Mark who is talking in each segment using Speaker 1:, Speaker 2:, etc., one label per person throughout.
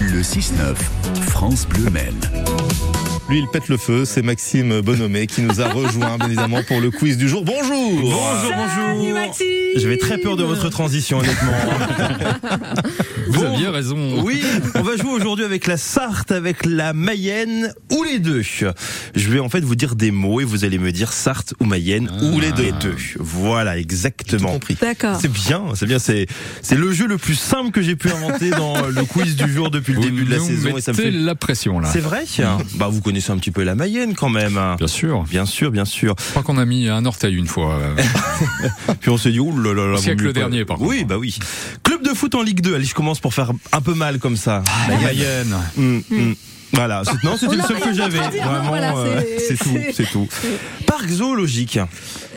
Speaker 1: Le 6-9, France Bleu Maine.
Speaker 2: Lui, il pète le feu, c'est Maxime Bonhomé qui nous a rejoint, bien évidemment, pour le quiz du jour. Bonjour
Speaker 3: Bonjour, bonjour. J'avais très peur de votre transition, honnêtement.
Speaker 4: Vous
Speaker 3: Bon.
Speaker 4: aviez raison.
Speaker 3: Oui, on va jouer aujourd'hui avec la Sarthe, avec la Mayenne ou les deux. Je vais en fait vous dire des mots et vous allez me dire Sarthe ou Mayenne ou les deux. Les deux. Voilà, exactement.
Speaker 2: compris.
Speaker 5: D'accord.
Speaker 3: C'est bien, c'est bien, c'est c'est le jeu le plus simple que j'ai pu inventer dans le quiz du jour depuis le
Speaker 4: Vous
Speaker 3: début de la
Speaker 4: nous
Speaker 3: saison et ça me
Speaker 4: mettez
Speaker 3: fait.
Speaker 4: la pression là.
Speaker 3: C'est vrai. Bah vous connaissez un petit peu la Mayenne quand même.
Speaker 4: Bien sûr.
Speaker 3: Bien sûr, bien sûr.
Speaker 4: Je crois qu'on a mis un orteil une fois. euh,
Speaker 3: Puis on s'est dit, ouh là là là.
Speaker 4: Au siècle
Speaker 3: vaut mieux pas.
Speaker 4: dernier, par
Speaker 3: Oui,
Speaker 4: contre.
Speaker 3: bah oui. Club de foot en Ligue 2. Allez, je commence pour faire un peu mal comme ça.
Speaker 4: la Mayenne.
Speaker 3: Mm, mm. Voilà, c'est- non,
Speaker 5: On
Speaker 3: c'était le
Speaker 5: a
Speaker 3: seul
Speaker 5: rien
Speaker 3: que j'avais.
Speaker 5: entendu, non,
Speaker 3: Vraiment,
Speaker 5: voilà,
Speaker 3: euh, c'est
Speaker 5: c'est-
Speaker 3: tout, c'est tout. Parc zoologique,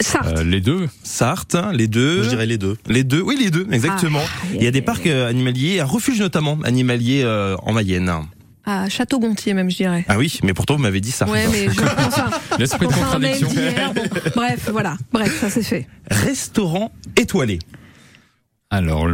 Speaker 5: Sarthe.
Speaker 4: Euh, les deux.
Speaker 3: Sarthe, hein, les deux.
Speaker 2: Je dirais les deux.
Speaker 3: Les deux, oui, les deux, exactement.
Speaker 5: Ah,
Speaker 3: Il y a des
Speaker 5: yeah.
Speaker 3: parcs euh, animaliers, un refuge notamment animalier euh, en Mayenne.
Speaker 5: Ah, Château-Gontier, même, je dirais.
Speaker 3: Ah oui, mais pourtant vous m'avez dit Sarthe.
Speaker 5: Ouais, mais je pense à,
Speaker 4: L'esprit de
Speaker 5: pense à un mail
Speaker 4: contradiction.
Speaker 5: d'hier. Bon, bref, voilà. Bref, ça c'est fait.
Speaker 3: Restaurant étoilé.
Speaker 4: Alors,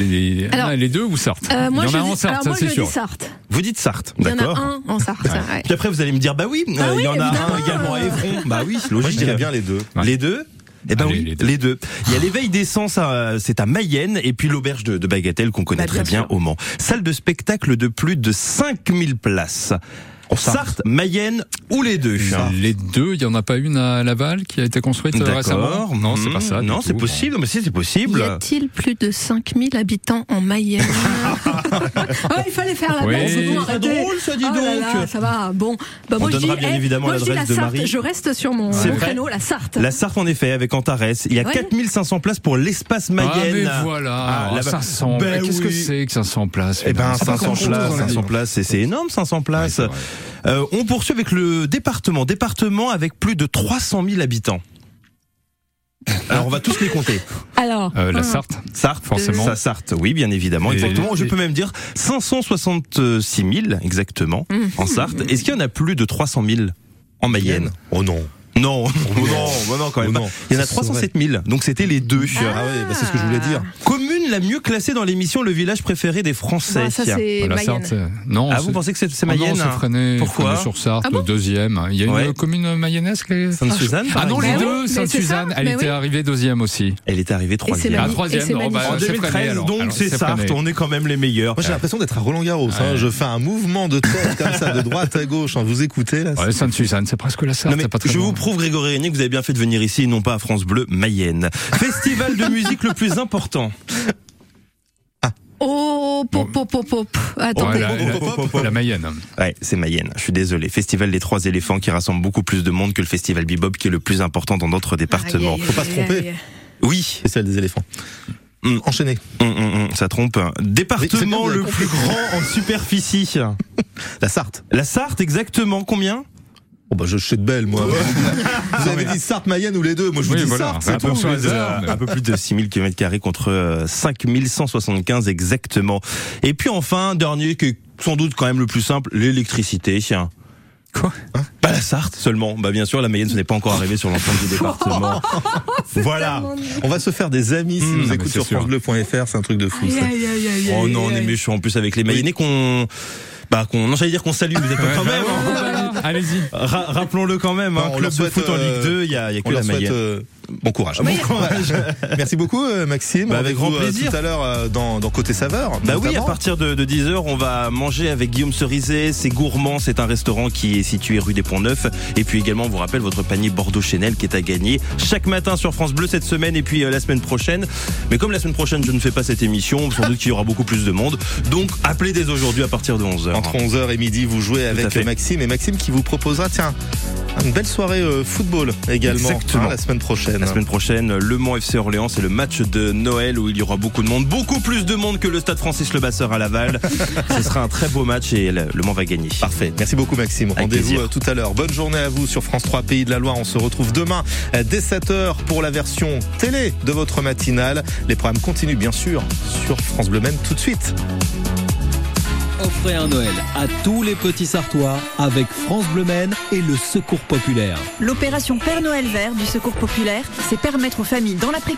Speaker 4: les,
Speaker 5: Alors,
Speaker 4: ah, les deux ou Sarthe
Speaker 5: Euh, moi,
Speaker 4: Il y
Speaker 5: je
Speaker 4: en a
Speaker 5: dis,
Speaker 4: en Sarthe,
Speaker 5: alors,
Speaker 4: ça
Speaker 5: moi,
Speaker 4: c'est
Speaker 5: je
Speaker 4: sûr.
Speaker 5: dis Sarthe.
Speaker 3: Vous dites Sarthe,
Speaker 5: Il y en a
Speaker 3: d'accord
Speaker 5: un en Sarthe. ouais.
Speaker 3: Puis après vous allez me dire bah oui, euh, il
Speaker 5: Ah
Speaker 3: y
Speaker 5: oui,
Speaker 3: en a un
Speaker 5: évidemment.
Speaker 3: également à Évron. Bah oui, c'est logique.
Speaker 2: Moi, je dirais bien les deux.
Speaker 4: Ouais.
Speaker 3: Les deux Eh ben
Speaker 4: Allez,
Speaker 3: oui, les
Speaker 4: les
Speaker 3: deux.
Speaker 4: deux.
Speaker 3: Il y a l'éveil des sens, à- c'est à Mayenne, et puis l'auberge de, de Bagatelle qu'on connaît
Speaker 5: Bah,
Speaker 3: très
Speaker 5: bien
Speaker 3: bien
Speaker 5: sûr.
Speaker 3: au Mans. Salle de spectacle de plus de 5000 places. Sarthe, Mayenne ou les deux
Speaker 4: Euh, Les deux, il n'y en a pas une à Laval qui a été construite euh, récemment
Speaker 3: D'accord.
Speaker 4: Non, c'est
Speaker 3: Mmh,
Speaker 4: pas ça. du
Speaker 3: Non,
Speaker 4: tout.
Speaker 3: c'est possible. Mais si, c'est possible.
Speaker 5: Y a-t-il plus de 5000 habitants en Mayenne Ah, Il fallait faire la
Speaker 4: Oui.
Speaker 5: blague, c'est bon,
Speaker 4: C'est
Speaker 5: arrêtez.
Speaker 3: drôle, ça, dis
Speaker 5: Oh là
Speaker 3: donc.
Speaker 5: là, ça va, bon. Bah,
Speaker 3: On
Speaker 5: moi, je
Speaker 3: donnera
Speaker 5: dis,
Speaker 3: bien
Speaker 5: eh,
Speaker 3: évidemment
Speaker 5: moi, je dis
Speaker 3: l'adresse
Speaker 5: la
Speaker 3: de
Speaker 5: Sarthe.
Speaker 3: Marie.
Speaker 5: Je reste sur mon
Speaker 3: C'est
Speaker 5: mon
Speaker 3: vrai.
Speaker 5: créneau, la Sarthe.
Speaker 3: La Sarthe, en effet, avec Antares. Il y a
Speaker 5: Ouais.
Speaker 3: 4500 places pour l'espace
Speaker 4: Ah, mais
Speaker 3: Mayenne.
Speaker 4: voilà.
Speaker 3: Ah, là-bas.
Speaker 4: 500.
Speaker 3: Ben
Speaker 4: Qu'est-ce que
Speaker 3: oui.
Speaker 4: c'est que 500 places
Speaker 3: Eh ben,
Speaker 4: Ah, pas
Speaker 3: 500
Speaker 4: grand-chose, on
Speaker 3: places,
Speaker 4: l'a dit.
Speaker 3: 500 places, c'est- c'est énorme, 500 places.
Speaker 4: Ouais, c'est vrai.
Speaker 3: Euh, on poursuit avec le département, département avec plus de 300 000 habitants. Alors on va tous les compter.
Speaker 5: Alors,
Speaker 4: Euh, la
Speaker 5: un,
Speaker 4: Sarthe,
Speaker 3: Sarthe,
Speaker 4: forcément.
Speaker 3: Ça, Sarthe, oui, bien évidemment.
Speaker 4: Et-
Speaker 3: exactement. Je
Speaker 4: et-
Speaker 3: peux même dire 566 000 exactement en Sarthe. Est-ce qu'il y en a plus de 300 000 en Mayenne
Speaker 2: Oh non.
Speaker 3: Non, non, non, non, quand même.
Speaker 2: Oh
Speaker 3: pas.
Speaker 2: non.
Speaker 3: Il y en a
Speaker 2: Ça serait-
Speaker 3: 307 000. Donc c'était les deux.
Speaker 2: Ah ouais, bah, c'est ce que je voulais dire.
Speaker 3: Commune la mieux classée dans l'émission Le village préféré des Français.
Speaker 5: bah, ça c'est
Speaker 4: la
Speaker 5: Mayenne.
Speaker 4: Sarthe. euh, Non,
Speaker 3: ah,
Speaker 4: c'est-
Speaker 3: vous pensez que c'est c'est
Speaker 4: Ah non,
Speaker 3: Mayenne
Speaker 4: c'est
Speaker 3: hein
Speaker 4: Freinet,
Speaker 3: Pourquoi
Speaker 4: Freinet sur Sarthe,
Speaker 5: Ah bon
Speaker 4: le deuxième. Il y a une
Speaker 3: Ouais.
Speaker 4: commune mayonnaise qui est-
Speaker 3: Sainte-Suzanne par
Speaker 4: Ah non, les
Speaker 3: exemple
Speaker 5: Mais oui,
Speaker 4: deux,
Speaker 5: mais
Speaker 4: Sainte-Suzanne,
Speaker 5: c'est ça,
Speaker 4: elle
Speaker 5: mais
Speaker 4: était
Speaker 5: oui.
Speaker 4: arrivée deuxième aussi.
Speaker 3: Elle est arrivée troisième.
Speaker 4: Ah,
Speaker 5: magnifique.
Speaker 4: troisième,
Speaker 5: Et c'est
Speaker 4: oh, bah,
Speaker 5: magnifique.
Speaker 3: En
Speaker 4: c'est Freinet,
Speaker 3: 2013,
Speaker 4: alors.
Speaker 3: donc
Speaker 4: Alors,
Speaker 3: c'est
Speaker 4: c'est
Speaker 3: Sarthe,
Speaker 4: Freinet.
Speaker 3: on est quand même les meilleurs.
Speaker 2: Moi, j'ai l'impression d'être à Roland Garros. hein. Je fais un mouvement de tête comme ça, de droite à gauche. hein. Vous écoutez là c'est-
Speaker 4: Ouais, Sainte-Suzanne, c'est presque la Sarthe,
Speaker 3: Non, mais
Speaker 4: c'est pas très
Speaker 3: je
Speaker 4: loin.
Speaker 3: vous prouve, Grégory René, que vous avez bien fait de venir ici et non pas à France Bleu, Mayenne. Festival de musique le plus important.
Speaker 5: Oh, pop, pop, pop, pop.
Speaker 4: Ouais,
Speaker 5: Attendez.
Speaker 4: la, la-
Speaker 2: Pop, pop, pop.
Speaker 4: la Mayenne.
Speaker 3: Ouais, c'est Mayenne, je suis désolé. Festival des Trois Éléphants qui rassemble beaucoup plus de monde que le Festival Bebop qui est le plus important dans notre département.
Speaker 5: Aïe, aïe,
Speaker 2: Faut pas se
Speaker 5: aïe,
Speaker 2: tromper.
Speaker 5: aïe, aïe.
Speaker 3: Oui,
Speaker 2: C'est celle des éléphants.
Speaker 3: Mm.
Speaker 2: Enchaîné.
Speaker 3: hum, hum, hum, ça trompe.
Speaker 2: Oui, c'est bien,
Speaker 3: Département
Speaker 2: vous avez
Speaker 3: le plus grand en superficie.
Speaker 2: La Sarthe.
Speaker 3: La Sarthe, exactement, combien
Speaker 2: Oh bah je suis de belle moi. Vous avez dit Sarthe Mayenne ou les deux. Moi je vous
Speaker 4: Oui,
Speaker 2: dis
Speaker 4: voilà.
Speaker 2: Sarthe.
Speaker 4: Ah,
Speaker 2: c'est
Speaker 4: bon,
Speaker 2: tout.
Speaker 4: sur les
Speaker 3: Euh,
Speaker 4: Armes.
Speaker 3: un peu plus de 6000 km contre euh, 5175 exactement. Et puis enfin, dernier qui est sans doute quand même le plus simple, l'électricité. Tiens.
Speaker 4: Quoi
Speaker 3: Hein Pas la Sarthe seulement. Bah bien sûr, la Mayenne, ce n'est pas encore arrivé sur l'ensemble du département.
Speaker 2: Oh,
Speaker 3: voilà.
Speaker 2: On va se faire des amis si
Speaker 3: Mm,
Speaker 2: nous
Speaker 4: mais
Speaker 2: écoutent
Speaker 4: c'est
Speaker 2: sur
Speaker 4: sûr.
Speaker 2: francebleu.fr. C'est un truc de fou. ça.
Speaker 5: Aïe, aïe, aïe, aïe,
Speaker 3: Oh non, on
Speaker 5: aïe,
Speaker 3: est
Speaker 5: aïe.
Speaker 3: méchants en plus avec les Mayennais qu'on bah qu'on non, j'allais dire qu'on salue, mais c'est pas quand même. hein.
Speaker 4: Allez-y.
Speaker 3: Ra- Rappelons-le quand même, hein,
Speaker 2: Bon, on
Speaker 3: club
Speaker 2: leur
Speaker 3: de
Speaker 2: souhaite,
Speaker 3: foot en
Speaker 2: euh,
Speaker 3: Ligue 2, il y a, il y a
Speaker 2: On
Speaker 3: que la
Speaker 2: leur souhaite
Speaker 3: Mayenne.
Speaker 2: euh, bon courage.
Speaker 3: Bon courage.
Speaker 2: Merci beaucoup euh, Maxime.
Speaker 3: Bah, avec
Speaker 2: Rendez-vous,
Speaker 3: grand
Speaker 2: euh,
Speaker 3: plaisir.
Speaker 2: Tout à l'heure euh, dans, dans Côté Saveur.
Speaker 3: Bah oui, à
Speaker 2: notamment.
Speaker 3: partir de, de 10h, on va manger avec Guillaume Cerizet. C'est gourmand, c'est un restaurant qui est situé rue des Ponts Neufs. Et puis également, on vous rappelle votre panier Bordeaux Chanel qui est à gagner chaque matin sur France Bleu cette semaine et puis euh, la semaine prochaine. Mais comme la semaine prochaine, je ne fais pas cette émission, sans doute qu'il y aura beaucoup plus de monde. Donc appelez dès aujourd'hui à partir de 11h.
Speaker 2: Entre 11h et midi, vous jouez avec
Speaker 3: fait.
Speaker 2: Maxime et Maxime qui vous proposera, tiens, une belle soirée euh, football également hein,
Speaker 3: Exactement.
Speaker 2: la semaine prochaine.
Speaker 3: La semaine prochaine, Le Mans FC Orléans, c'est le match de Noël où il y aura beaucoup de monde, beaucoup plus de monde que le stade Francis Lebasseur à Laval. Ce sera un très beau match et le Le Mans va gagner.
Speaker 2: Parfait. Merci beaucoup Maxime. Rendez-vous
Speaker 3: plaisir.
Speaker 2: euh, tout à l'heure. Bonne journée à vous sur France 3 Pays de la Loire. On se retrouve demain euh, dès 7h pour la version télé de votre matinale. Les programmes continuent bien sûr sur France Bleu Maine tout de suite.
Speaker 6: Offrez un Noël à tous les petits Sartois avec France Bleu Maine et le Secours Populaire.
Speaker 7: L'opération Père Noël vert du Secours populaire, c'est permettre aux familles dans la précarité